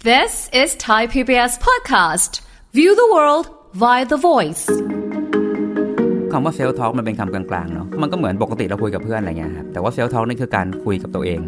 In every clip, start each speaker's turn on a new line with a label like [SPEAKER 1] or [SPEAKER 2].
[SPEAKER 1] This is Thai PBS podcast. View the world via the voice.
[SPEAKER 2] คำว่าเซล f ์ทอ l k มันเป็นคำกลางๆเนาะ มันก็เหมือนปกติเราคุยกับเพื่อนอะไรเงี้ยครับ แต่ว่าเซล f ์ทอ l k นี่คือการคุยกับตัวเอง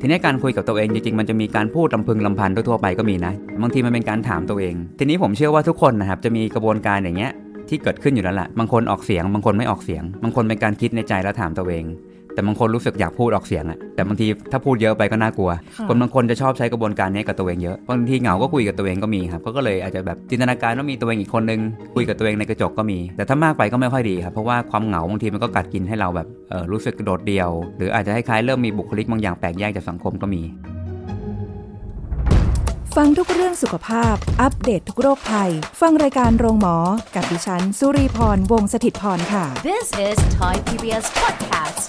[SPEAKER 2] ทีนี้การคุยกับตัวเองจริงๆ มันจะมีการพูดลำพึงลำพันทั่วๆไปก็มีนะ บางทีมันเป็นการถามตัวเอง ทีนี้ผมเชื่อว่าทุกคนนะครับจะมีกระบวนการอย่างเงี้ยที่เกิดขึ้นอยู่แล้วละ่ะ บางคนออกเสียง บางคนไม่ออกเสียง บางคนเป็นการคิดในใจแล้วถามตัวเอง แต่บางคนรู้สึกอยากพูดออกเสียงอะแต่บางทีถ้าพูดเยอะไปก็น่ากลัว คนบางคนจะชอบใช้กระบวนการนี้กับตัวเองเยอะ บางทีเหงาก็คุยกับตัวเองก็มีครับ ก็เลยอาจจะแบบจินตนาการว่ามีตัวเองอีกคนนึงคุยกับตัวเองในกระจกก็มี แต่ถ้ามากไปก็ไม่ค่อยดีครับ เพราะว่าความเหงาบางทีมันก็กัดกินให้เราแบบเออรู้สึกโดดเดี่ยว หรืออาจจะคล้ายๆเริ่มมีบุคลิกบางอย่างแปลกแยกจากสังคมก็มี
[SPEAKER 3] ฟังทุกเรื่องสุขภาพ อัปเดตททุกโรคภัย ฟังรายการโรงหมอ กับดิฉัน สุรีพร วงศิตพรค่ะ
[SPEAKER 1] This is Thai PBS podcast.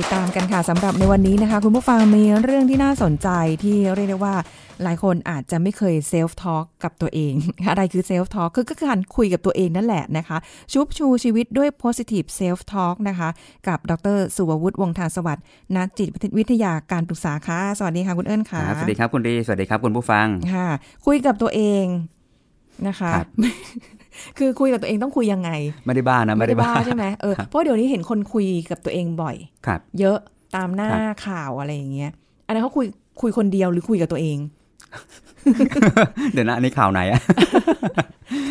[SPEAKER 3] ติดตามกันค่ะสำหรับในวันนี้นะคะ คุณผู้ฟังมีเรื่องที่น่าสนใจที่เรียกได้ว่า หลายคนอาจจะไม่เคยเซลฟ์ทอ l k กับตัวเอง อะไรคือเซลฟ์ทอ l k คือก็คือการคุยกับตัวเองนั่นแหละนะคะ ชุบชูชีวิตด้วย positive self talk นะคะ กับดรสุวัวุฒิวงศ์ทางสวัสดิ์นักจิตวิทยาการปรึกษาค่ะสวัสดีค่ะคุณเอิญค่ะ
[SPEAKER 2] สวัสดีครับคุณดีสวัสดีครับคุณผู้ฟัง
[SPEAKER 3] ค่ะคุยกับตัวเองนะคะ
[SPEAKER 2] ครับ
[SPEAKER 3] คือคุยกับตัวเองต้องคุยยังไง
[SPEAKER 2] ไม่ได้บ้านะไม่ได้บ้า
[SPEAKER 3] ใช่ไหมเออเพราะเดี๋ยวนี้เห็นคนคุยกับตัวเองบ่อย
[SPEAKER 2] ครับ
[SPEAKER 3] เยอะตามหน้า
[SPEAKER 2] ครับ
[SPEAKER 3] ข่าวอะไรอย่างเงี้ยอันนั้นเขาคุยคุยคนเดียวหรือคุยกับตัวเอง
[SPEAKER 2] เดี๋ยวนะอันนี้ข่าวไหนอะ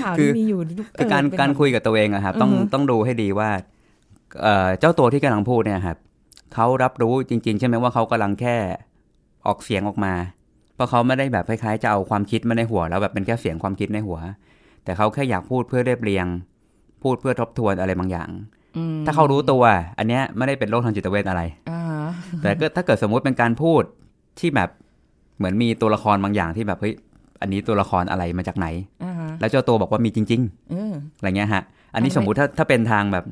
[SPEAKER 3] ข่าว
[SPEAKER 2] คื
[SPEAKER 3] ที่
[SPEAKER 2] อ
[SPEAKER 3] มีอยู่เ
[SPEAKER 2] คือการ
[SPEAKER 3] เป็น
[SPEAKER 2] การ
[SPEAKER 3] แบบ
[SPEAKER 2] คุยกับตัวเองอะครับต้อง
[SPEAKER 3] อือฮึ
[SPEAKER 2] ต้องดูให้ดีว่าเอ่อเจ้าตัวที่กำลังพูดเนี่ยครับเขารับรู้จริง ๆ ใช่ไหมว่าเขากำลังแค่ออกเสียงออกมา เพราะเขาไม่ได้แบบคล้ายๆจะเอาความคิดมาในหัว แล้วแบบเป็นแค่เสียงความคิดในหัว แต่เขาแค่อยากพูดเพื่อเรียบเรียง พูดเพื่อทบทวนอะไรบางอย่าง
[SPEAKER 3] อืม
[SPEAKER 2] ถ้าเขารู้ตัว อันเนี้ยไม่ได้เป็นโรคทางจิตเวชอะไร
[SPEAKER 3] อ่าฮะ
[SPEAKER 2] แต่ก็ถ้าเกิดสมมุติเป็นการพูดที่แบบเหมือนมีตัวละครบางอย่างที่แบบเฮ้ยอันนี้ตัวละครอะไรมาจากไหน
[SPEAKER 3] อ่าฮะ
[SPEAKER 2] แล้วเจ้าตัวบอกว่ามีจริง ๆ
[SPEAKER 3] เออ
[SPEAKER 2] อะไรเงี้ยฮะ อันนี้
[SPEAKER 3] ทำไม
[SPEAKER 2] สมมุติถ้าถ้าเป็นทางแบบ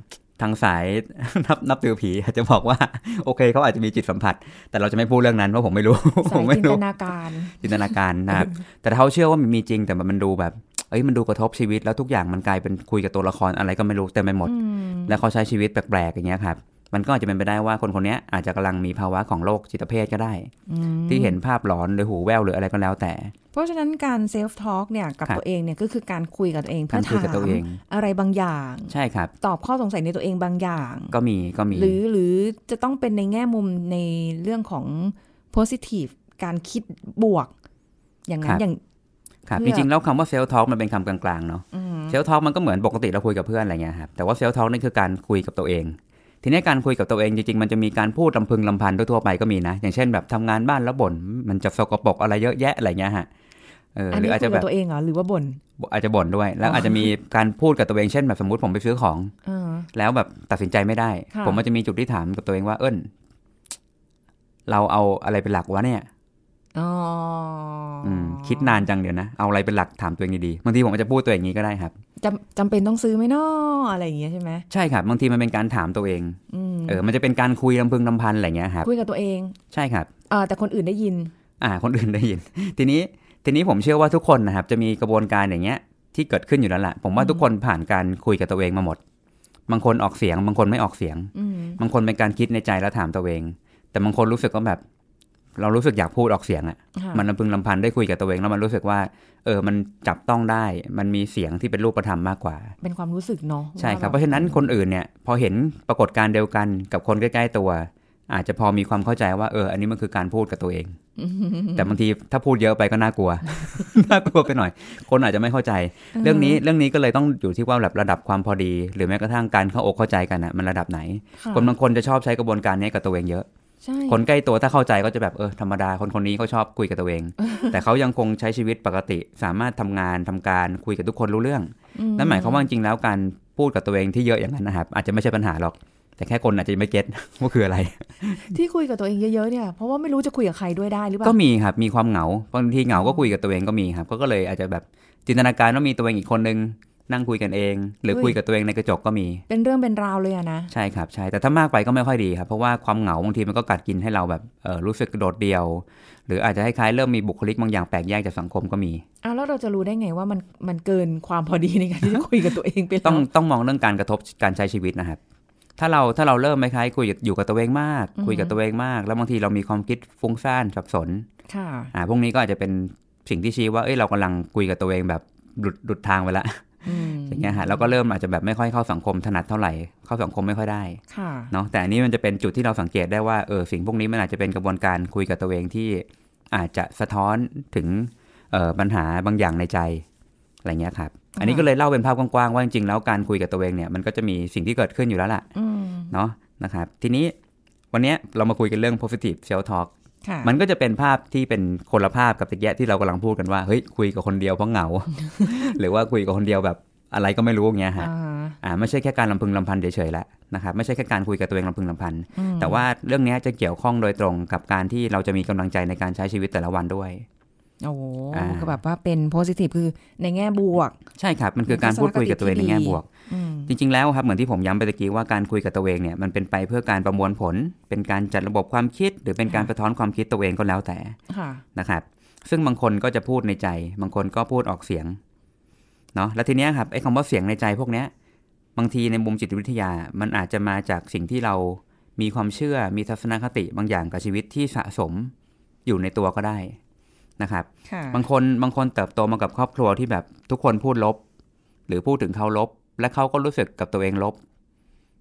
[SPEAKER 2] ทางสาย นับนับถือผีอาจจะบอกว่า โอเคเขาอาจจะมีจิตสัมผัส แต่เราจะไม่พูดเรื่องนั้นเพราะผมไม่รู้ ผ
[SPEAKER 3] สาย
[SPEAKER 2] มไม่
[SPEAKER 3] จินต
[SPEAKER 2] รู้
[SPEAKER 3] นาการ
[SPEAKER 2] จินตนาการนะครับ แต่ถ้าเขาเชื่อว่ามันมีจริงแต่มันดูแบบ เอ้ยมันดูกระทบชีวิตแล้วทุกอย่างมันกลายเป็นคุยกับตัวละครอะไรก็ไม่รู้เต็มไปหมด
[SPEAKER 3] อืม
[SPEAKER 2] แล้วเขาใช้ชีวิตแปลกๆอย่างเงี้ยครับ มันก็อาจจะเป็นไปได้ว่าคนคนเนี้ยอาจจะกำลังมีภาวะของโรคจิตเภทก็ได้
[SPEAKER 3] อืม
[SPEAKER 2] ที่เห็นภาพหลอนหรือหูแว่วหรืออะไรก็แล้วแต่
[SPEAKER 3] เพราะฉะนั้นการเซลฟ์ทอ l k เนี่ยกับ
[SPEAKER 2] ครับ
[SPEAKER 3] ตัวเองเนี่ยก็คือการคุยกับตัวเองเพื่อ
[SPEAKER 2] การคุย
[SPEAKER 3] ถา
[SPEAKER 2] กับ
[SPEAKER 3] ม
[SPEAKER 2] ตัวเอง
[SPEAKER 3] อะไรบางอย่าง
[SPEAKER 2] ใช่ครับ
[SPEAKER 3] ตอบข้อสงสัยในตัวเองบางอย่าง
[SPEAKER 2] ก็มีก็มี
[SPEAKER 3] หรือหรือจะต้องเป็นในแง่มุมในเรื่องของ positive การคิดบวก อย่างนั้
[SPEAKER 2] ครั
[SPEAKER 3] น
[SPEAKER 2] บ
[SPEAKER 3] อย่าง
[SPEAKER 2] ครับ
[SPEAKER 3] เพื่
[SPEAKER 2] จ
[SPEAKER 3] อ
[SPEAKER 2] ริงๆแล้วคำว่าเซลล์ทอ l k มันเป็นคำกลางๆเนาะ
[SPEAKER 3] อืม
[SPEAKER 2] เซลล์ทอล์กมันก็เหมือนปกติเราคุยกับเพื่อนอะไรเงี้ยครับแต่ว่าเซลล์ทอล์กนี่คือการคุยกับตัวเอง ทีนี้การคุยกับตัวเองจริงๆ มันจะมีการพูดลำพึงลำพันทั่วๆไปก็มีนะ อย่างเช่นแบบทำงานบ้านแล้วบ่นมันจะสกปรกอะไรเยอะแยะอะไรเงี้ยฮะเออ
[SPEAKER 3] อัน
[SPEAKER 2] หรือ
[SPEAKER 3] นี้
[SPEAKER 2] อาจ
[SPEAKER 3] คุ
[SPEAKER 2] จะ
[SPEAKER 3] ย
[SPEAKER 2] แบ
[SPEAKER 3] กับบ ตัวเองเหรอหรือว่าบน่น
[SPEAKER 2] อาจจะบ่นด้วย แล้ว
[SPEAKER 3] อ๋ออ
[SPEAKER 2] อาจจะมีการพูดกับตัวเองเช่นแบบสมมติผมไปซื้อของ
[SPEAKER 3] อ่า
[SPEAKER 2] แล้วแบบตัดสินใจไม่ได้
[SPEAKER 3] ค่ะ
[SPEAKER 2] ผมมันจะมีจุดที่ถามกับตัวเองว่าเอิ้นเราเอาอะไรเป็นหลักวะเนี่ย
[SPEAKER 3] อ๋ออ
[SPEAKER 2] อืมคิดนานจังเดี๋ยวนะเอาอะไรเป็นหลักถามตัวเองดีๆบางทีผมอาจจะพูดตัวเองอย่างนี้ก็ได้ครับ
[SPEAKER 3] จำจำเป็นต้องซื้อไหมนาะอะไรอย่างเงี้ยใช่ไหม
[SPEAKER 2] ใช่ครับบางทีมันเป็นการถามตัวเอง
[SPEAKER 3] อืม
[SPEAKER 2] เออ มันจะเป็นการคุยลำพึงลำพันอะไรเงี้ยครับ
[SPEAKER 3] คุยกับตัวเอง
[SPEAKER 2] ใช่ครับ
[SPEAKER 3] เอ่อแต่คนอื่นได้ยิน
[SPEAKER 2] อ่า คนอื่นได้ ยิน ทีนี้ ทีนี้ผมเชื่อว่าทุกคนนะครับ จะมีกระบวนการอย่างเงี้ย ที่เกิดขึ้นอยู่แล้วล่ะ ผมว่าทุกคนผ่านการคุยกับตัวเองมาหมด บางคนออกเสียง บางคนไม่ออกเสียง
[SPEAKER 3] อืม
[SPEAKER 2] บางคนเป็นการคิดในใจแล้วถามตัวเอง แต่บางคนรู้สึกว่าแบบ เรารู้สึกอยากพูดออกเสียงอะ
[SPEAKER 3] ค่ะ
[SPEAKER 2] มันลำพึงลำพันได้คุยกับตัวเองแล้วมันรู้สึกว่า เออ มันจับต้องได้ มันมีเสียงที่เป็นรูปธรรมมากกว่า
[SPEAKER 3] เป็นความรู้สึกเนาะ
[SPEAKER 2] ใช่ครับ เพ
[SPEAKER 3] ว่า
[SPEAKER 2] ราะฉะนั้นคนอื่นเนี่ยพอเห็นปรากฏการณ์เดียวกันกับคนใกล้ๆตัว อาจจะพอมีความเข้าใจว่าเอออันนี้มันคือการพูดกับตัวเอง แต่บางทีถ้าพูดเยอะไปก็น่ากลัว น่ากลัวไปหน่อย คนอาจจะไม่เข้าใจ เรื่องนี้เรื่องนี้ก็เลยต้องอยู่ที่ว่าแบบระดับความพอดี หรือแม้กระทั่งการเข้าอกเข้าใจกันนะมันระดับไหน
[SPEAKER 3] ะ
[SPEAKER 2] คนบางคนจะชอบใช้กระบวนการนี้กับตัวเองเยอะ
[SPEAKER 3] ใช่
[SPEAKER 2] คนใกล้ตัวถ้าเข้าใจก็จะแบบเออธรรมดาคนคนนี้เขาชอบคุยกับตัวเอง แต่เขายังคงใช้ชีวิตปกติ สามารถทำงานทำการคุยกับทุกคนรู้เรื่อง
[SPEAKER 3] อืม
[SPEAKER 2] นั่นหมายความว่าจริงๆแล้วการพูดกับตัวเองที่เยอะอย่างนั้นนะครับ อาจจะไม่ใช่ปัญหาหรอก แต่แค่คนอาจจะไม่เก็ต ว่าคืออะไร
[SPEAKER 3] ที่คุยกับตัวเองเยอะๆเนี่ย เพราะว่าไม่รู้จะคุยกับใครด้วยได้หรือเป
[SPEAKER 2] ก็
[SPEAKER 3] ล่า
[SPEAKER 2] มีครับมีความเหงาบางทีเหงาก็คุยกับตัวเองก็มีครับ ก็เลยอาจจะแบบจินตนาการว่ามีตัวเองอีกคนนึงนั่งคุยกันเอง หรือ
[SPEAKER 3] เฮ้ย
[SPEAKER 2] คุยกับตัวเองในกระจกก็มี
[SPEAKER 3] เป็นเรื่องเป็นราวเลยอะนะ
[SPEAKER 2] ใช่ครับใช่แต่ถ้ามากไปก็ไม่ค่อยดีครับเพราะว่าความเหงาบางทีมันก็กัดกินให้เราแบบเออรู้สึกโดดเดี่ยว หรืออาจจะคล้ายๆเริ่มมีบุคลิกบางอย่างแปลกแยกจากสังคมก็มี
[SPEAKER 3] อ้าวแล้วเราจะรู้ได้ไงว่ามันมันเกินความพอดีในการที่จะคุยกับตัวเองไปแล้ว
[SPEAKER 2] ต้องต้องมองเรื่องการกระทบการใช้ชีวิตนะครับ ถ้าเราถ้าเราเริ่มไปคล้ายคุยกับอยู่กับตัวเองมาก คุยกับตัวเองมาก แล้วบางทีเรามีความคิดฟุ้งซ่านสับสน
[SPEAKER 3] ค่ะ
[SPEAKER 2] อ่าพวกนี้ก็อาจจะเป็นสิ่งที่ชี้ว่า เอ้ย เรากำลังคุยกับตัวเองแบบหลุดหลุดทางไปละ
[SPEAKER 3] อืม
[SPEAKER 2] อย่างเงี้ยฮะ แล้วก็เริ่มอาจจะแบบไม่ค่อยเข้าสังคมถนัดเท่าไหร่ เข้าสังคมไม่ค่อยได้
[SPEAKER 3] ค่ะ
[SPEAKER 2] เนาะ แต่อันนี้มันจะเป็นจุดที่เราสังเกตได้ว่า เออ สิ่งพวกนี้มันอาจจะเป็นกระบวนการคุยกับตัวเองที่อาจจะสะท้อนถึงเอ่อปัญหาบางอย่างในใจ อะไรเงี้ยครับ อันนี้ก็เลยเล่าเป็นภาพกว้างๆว่าจริงๆแล้วการคุยกับตัวเองเนี่ยมันก็จะมีสิ่งที่เกิดขึ้นอยู่แล้วล่ะ
[SPEAKER 3] อืม
[SPEAKER 2] เนาะ นะครับ ทีนี้วันเนี้ยเรามาคุยกันเรื่อง positive self talk
[SPEAKER 3] ค่ะ
[SPEAKER 2] มันก็จะเป็นภาพที่เป็นคนละภาพกับตะแยะที่เรากำลังพูดกันว่าเฮ้ยคุยกับคนเดียวเพราะเหงา หรือว่าคุยกับคนเดียวแบบอะไรก็ไม่รู้อย่างเงี้ยฮะ
[SPEAKER 3] อ่า
[SPEAKER 2] อ่าไม่ใช่แค่การลำพึงลำพันเฉยๆละนะครับไม่ใช่แค่การคุยกับตัวเองลำพึงลำพัน
[SPEAKER 3] อืม
[SPEAKER 2] แต่ว่าเรื่องเนี้ยจะเกี่ยวข้องโดยตรงกับการที่เราจะมีกำลังใจในการใช้ชีวิตแต่ละวันด้วย
[SPEAKER 3] โอ้โห
[SPEAKER 2] อ่า
[SPEAKER 3] ก็แบบว่าเป็นโพสิทีฟคือในแง่บวก
[SPEAKER 2] ใช่ครับมันคือการพูดคุยกับตัวเองในแง่บวก
[SPEAKER 3] อืม
[SPEAKER 2] จริงๆแล้วครับเหมือนที่ผมย้ำไปตะกี้ว่าการคุยกับตัวเองเนี่ยมันเป็นไปเพื่อการประมวลผล เป็นการจัดระบบความคิด หรือเป็นการสะท้อนความคิดตัวเองก็แล้วแต่
[SPEAKER 3] ค่ะ
[SPEAKER 2] นะครับซึ่งบางคนก็จะพูดในใจ บางคนก็พูดออกเสียงเนาะแล้วทีเนี้ยครับไอ้คำว่าเสียงในใจพวกเนี้ยบางทีในมุมจิตวิทยา มันอาจจะมาจากสิ่งที่เรามีความเชื่อมีทัศนคติบางอย่างกับชีวิตที่สะสมอยู่ในตัวก็ได้นะครับ
[SPEAKER 3] ค่ะ
[SPEAKER 2] บางคนบางคนเติบโตมากับครอบครัวที่แบบทุกคนพูดลบ หรือพูดถึงเขาลบ และเขาก็รู้สึกกับตัวเองลบ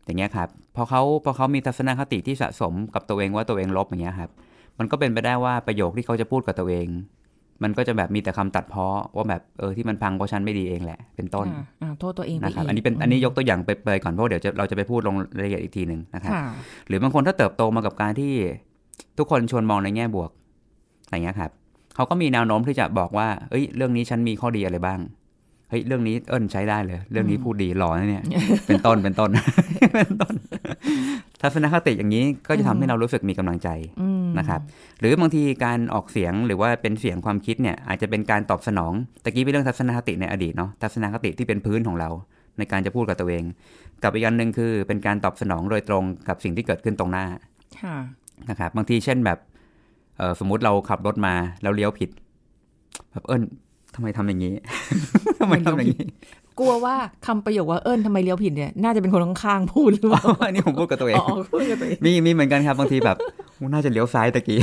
[SPEAKER 2] อย่างเงี้ยครับพอเขาพอเขามีทัศนคติที่สะสมกับตัวเองว่าตัวเองลบอย่างเงี้ยครับ มันก็เป็นไปได้ว่าประโยคที่เขาจะพูดกับตัวเอง มันก็จะแบบมีแต่คำตัดเพ้อว่าแบบเออที่มันพังเพราะฉันไม่ดีเองแหละ เป็นต้น
[SPEAKER 3] ค่ะอ่าโทษตัวเองไป
[SPEAKER 2] นะครับ
[SPEAKER 3] ก
[SPEAKER 2] อันนี้เป็นอันนี้ยกตัวอย่างไปเปรยๆก่อนเพราะเดี๋ยวจะเราจะไปพูดลงรายละเอียดอีกทีหนึ่งนะครับ
[SPEAKER 3] ค่ะ
[SPEAKER 2] หรือบางคนถ้าเติบโตมากับการที่ทุกคนชวนมองในแง่บวกอะไรเงี้ยครับเขาก็มีแนวโน้มที่จะบอกว่า เอ้ย เรื่องนี้ฉันมีข้อดีอะไรบ้างเฮ้ยเรื่องนี้เอิญใช้ได้เลย เรื่องนี้พูดดีหล่อนะเนี่ย เป็นต้นเป็นต้ น เป็นต้น ทัศนคติอย่างนี้ก็จะทำให้เรารู้สึกมีกำลังใจ
[SPEAKER 3] อืม
[SPEAKER 2] นะครับ หรือบางทีการออกเสียงหรือว่าเป็นเสียงความคิดเนี่ย อาจจะเป็นการตอบสนองตะกี้เป็นเรื่องทัศนคติในอดีตเนาะทัศนคติที่เป็นพื้นของเรา ในการจะพูดกับตัวเอง กับอีกอันหนึ่งคือเป็นการตอบสนองโดยตรงกับสิ่งที่เกิดขึ้นตรงหน้า
[SPEAKER 3] ค่ะ
[SPEAKER 2] นะครับบางทีเช่นแบบเอ่อสมมติเราขับรถมาแล้วเลี้ยวผิดแบบเอิญทำไมทำอย่างนี้ ทำไมทำอย่างนี้
[SPEAKER 3] กลัวว่าคำประโยคว่าเอิญทำไมเลี้ยวผิดเนี่ย น่าจะเป็นคนข้างๆพูดหรือเปล่า
[SPEAKER 2] อ๋อ อันนี้ผมพูดกับตัวเอง
[SPEAKER 3] อ๋อพูดกันไป
[SPEAKER 2] มีมีเหมือนกันครับบางทีแบบอู้น่าจะเลี้ยวซ้ายตะกี้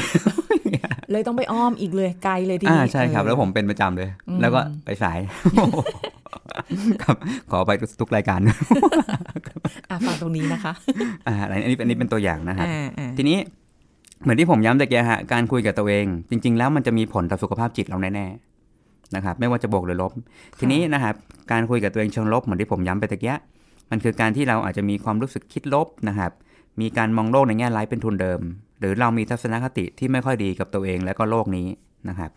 [SPEAKER 3] เลยต้องไปอ้อมอีกเลยไกลเลยที
[SPEAKER 2] อ่า
[SPEAKER 3] นี้
[SPEAKER 2] ใช่ครับ
[SPEAKER 3] เออ
[SPEAKER 2] แล้วผมเป็นประจำเลย
[SPEAKER 3] อืม
[SPEAKER 2] แล้วก็ไปสาย ครับขอไปทุกราย การ
[SPEAKER 3] อ่ะฟังตรงนี้นะคะ
[SPEAKER 2] อ่าอันนี้อันนี้เป็นตัวอย่างนะครับ
[SPEAKER 3] อ่าอ่า
[SPEAKER 2] ทีนี้เหมือนที่ผมย้ำตะเกียฮะการคุยกับตัวเอง จริง ๆ แล้วมันจะมีผลต่อสุขภาพจิตเราแน่ๆนะครับ ไม่ว่าจะบวกหรือลบ ทีนี้นะครับการคุยกับตัวเองเชิงลบเหมือนที่ผมย้ำไปตะเกียมันคือการที่เราอาจจะมีความรู้สึกคิดลบนะครับ มีการมองโลกในแง่ร้ายเป็นทุนเดิม หรือเรามีทัศนคติที่ไม่ค่อยดีกับตัวเองและก็โลกนี้นะครับ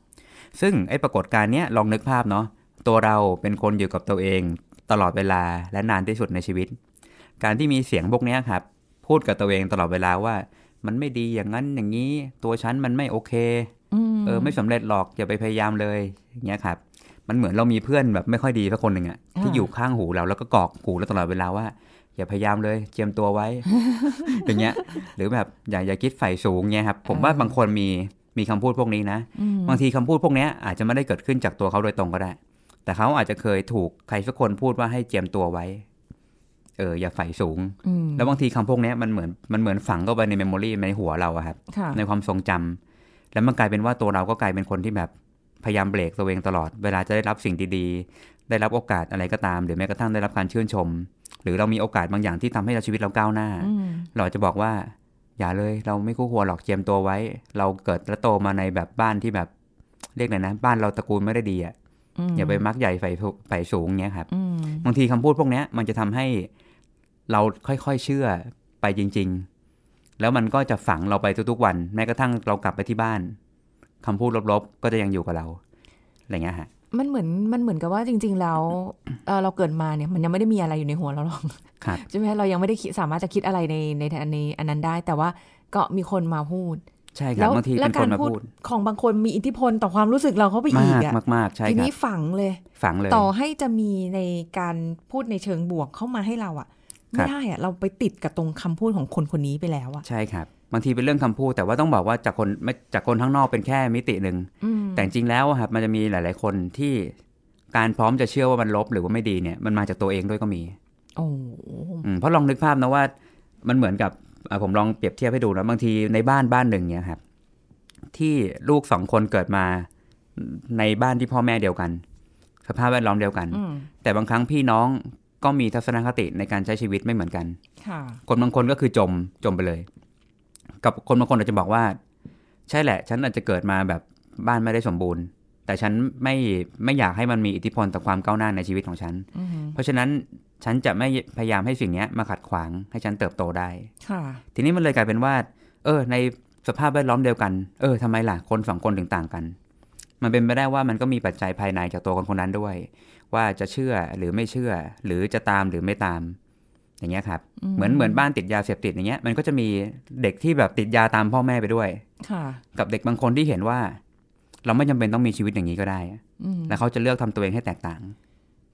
[SPEAKER 2] ซึ่งไอ้ปรากฏการณ์เนี้ยลองนึกภาพเนาะตัวเราเป็นคนอยู่กับตัวเอง ตลอดเวลาและนานที่สุดในชีวิต การที่มีเสียงพวกเนี้ยครับ พูดกับตัวเองตลอดเวลาว่า มันไม่ดีอย่างนั้นอย่างนี้ ตัวฉันมันไม่โอเค
[SPEAKER 3] อืม
[SPEAKER 2] เออไม่สำเร็จหรอกอย่าไปพยายามเลยอย่างเงี้ยครับ มันเหมือนเรามีเพื่อนแบบไม่ค่อยดีสักคนหนึ่งอะที่อยู่ข้างหูเราแล้วก็กอกหูเราตลอดเวลาว่า อย่าพยายามเลยเจียมตัวไว้ อย่างเงี้ย หรือแบบอย่าอย่าคิดใฝ่สูงเงี้ยครับผมว่าบางคนมีมีคำพูดพวกนี้นะ
[SPEAKER 3] ม
[SPEAKER 2] บางทีคำพูดพวกเนี้ยอาจจะไม่ได้เกิดขึ้นจากตัวเขาโดยตรงก็ได้ แต่เขาอาจจะเคยถูกใครสักคนพูดว่าให้เจียมตัวไว้ เออ อย่าใฝ่สูง
[SPEAKER 3] อืม
[SPEAKER 2] แล้วบางทีคำพวกเนี้ยมันเหมือนมันเหมือนฝังเข้าไปในเมมโมรีในหัวเราอะครับ
[SPEAKER 3] ค่ะ
[SPEAKER 2] ในความทรงจำแล้วมันกลายเป็นว่าตัวเราก็กลายเป็นคนที่แบบพยายามเบรกตัวเองตลอด เวลาจะได้รับสิ่งดีๆ ได้รับโอกาสอะไรก็ตาม หรือแม้กระทั่งได้รับการชื่นชม หรือเรามีโอกาสบางอย่างที่ทำให้เราชีวิตเราก้าวหน้า
[SPEAKER 3] อืม
[SPEAKER 2] เราอาจจะบอกว่า อย่าเลยเราไม่คู่ควรหรอกเจียมตัวไว้ เราเกิดและโตมาในแบบบ้านที่แบบเรียกไหนนะ บ้านเราตระกูลไม่ได้ดีอะ
[SPEAKER 3] ม
[SPEAKER 2] อย่าไปมักใหญ่ไฟผูไฟสูงเงี้ยครับ
[SPEAKER 3] อืม
[SPEAKER 2] บางทีคำพูดพวกเนี้ยมันจะทำให้เราค่อยๆเชื่อไปจริง ๆ แล้วมันก็จะฝังเราไปทุกๆวัน แม้กระทั่งเรากลับไปที่บ้านคำพูดลบๆ ก็จะยังอยู่กับเราอะไรเงี้ยฮะ
[SPEAKER 3] มันเหมือนมันเหมือนกับว่าจริง ๆ แล้ว เอ่อเราเกิดมาเนี่ยมันยังไม่ได้มีอะไรอยู่ในหัวเราหรอก
[SPEAKER 2] ครับ
[SPEAKER 3] ใช่ไหมเรายังไม่ได้คิดสามารถจะคิดอะไรในในในอันนั้นได้ แต่ว่าก็มีคนมาพูด
[SPEAKER 2] ใช่ครั
[SPEAKER 3] แล้
[SPEAKER 2] บ
[SPEAKER 3] ว
[SPEAKER 2] บางที
[SPEAKER 3] และ
[SPEAKER 2] เป็นค
[SPEAKER 3] กาน ร
[SPEAKER 2] มา
[SPEAKER 3] พูด
[SPEAKER 2] พูด
[SPEAKER 3] ของบางคนมีอิทธิพลต่อความรู้สึกเราเข้าไป
[SPEAKER 2] มา
[SPEAKER 3] อีก
[SPEAKER 2] ก
[SPEAKER 3] อะ
[SPEAKER 2] มากๆใช่
[SPEAKER 3] ที
[SPEAKER 2] ครั
[SPEAKER 3] นี้
[SPEAKER 2] บ
[SPEAKER 3] ฝังเลย
[SPEAKER 2] ฝังเลย
[SPEAKER 3] ต่อให้จะมีในการพูดในเชิงบวกเข้ามาให้เราอะ
[SPEAKER 2] ครั
[SPEAKER 3] ไม่
[SPEAKER 2] บ
[SPEAKER 3] ได้อะเราไปติดกับตรงคำพูดของคนคนนี้ไปแล้วอะ
[SPEAKER 2] ใช่ครับบางทีเป็นเรื่องคำพูด แต่ว่าต้องบอกว่าจากคนไม่จากคนข้างนอกเป็นแค่มิติหนึ่ง
[SPEAKER 3] อืม
[SPEAKER 2] แต่จริงแล้วอะครับมันจะมีหลาย ๆ คนที่การพร้อมจะเชื่อว่ามันลบหรือว่าไม่ดีเนี่ยมันมาจากตัวเองด้วยก็มี
[SPEAKER 3] โอ้โห
[SPEAKER 2] อืมเพราะลองนึกภาพนะว่า มันเหมือนกับอ่ะผมลองเปรียบเทียบให้ดูนะบางทีในบ้านบ้านหนึ่งเนี่ยครับ ที่ลูกสองคนเกิดมาในบ้านที่พ่อแม่เดียวกัน สภาพแวดล้อมเดียวกัน
[SPEAKER 3] อืม
[SPEAKER 2] แต่บางครั้งพี่น้องก็มีทัศนคติในการใช้ชีวิตไม่เหมือนกัน
[SPEAKER 3] ค่ะ
[SPEAKER 2] คนบางคนก็คือจมจมไปเลย กับคนบางคนอาจจะบอกว่า ใช่แหละ ฉันอาจจะเกิดมาแบบบ้านไม่ได้สมบูรณ์ แต่ฉันไม่ไม่อยากให้มันมีอิทธิพลต่อความก้าวหน้าในชีวิตของฉัน
[SPEAKER 3] อืม
[SPEAKER 2] เพราะฉะนั้นฉันจะไม่พยายามให้สิ่งเนี้ยมาขัดขวางให้ฉันเติบโตได้
[SPEAKER 3] ค่ะ
[SPEAKER 2] ทีนี้มันเลยกลายเป็นว่า เออ ในสภาพแวดล้อมเดียวกัน เออทำไมล่ะ คนสองคนถึงต่างกัน มันเป็นไปได้ว่ามันก็มีปัจจัยภายในจากตัวคนคนนั้นด้วย ว่าจะเชื่อหรือไม่เชื่อ หรือจะตามหรือไม่ตาม อย่างเงี้ยครับ
[SPEAKER 3] อืม
[SPEAKER 2] เหมือนเหมือนบ้านติดยาเสพติดอย่างเงี้ย มันก็จะมีเด็กที่แบบติดยาตามพ่อแม่ไปด้วย
[SPEAKER 3] ค่ะ
[SPEAKER 2] กับเด็กบางคนที่เห็นว่า เราไม่จำเป็นต้องมีชีวิตอย่างนี้ก็ได้อะ
[SPEAKER 3] อืม
[SPEAKER 2] แล้วเขาจะเลือกทำตัวเองให้แตกต่าง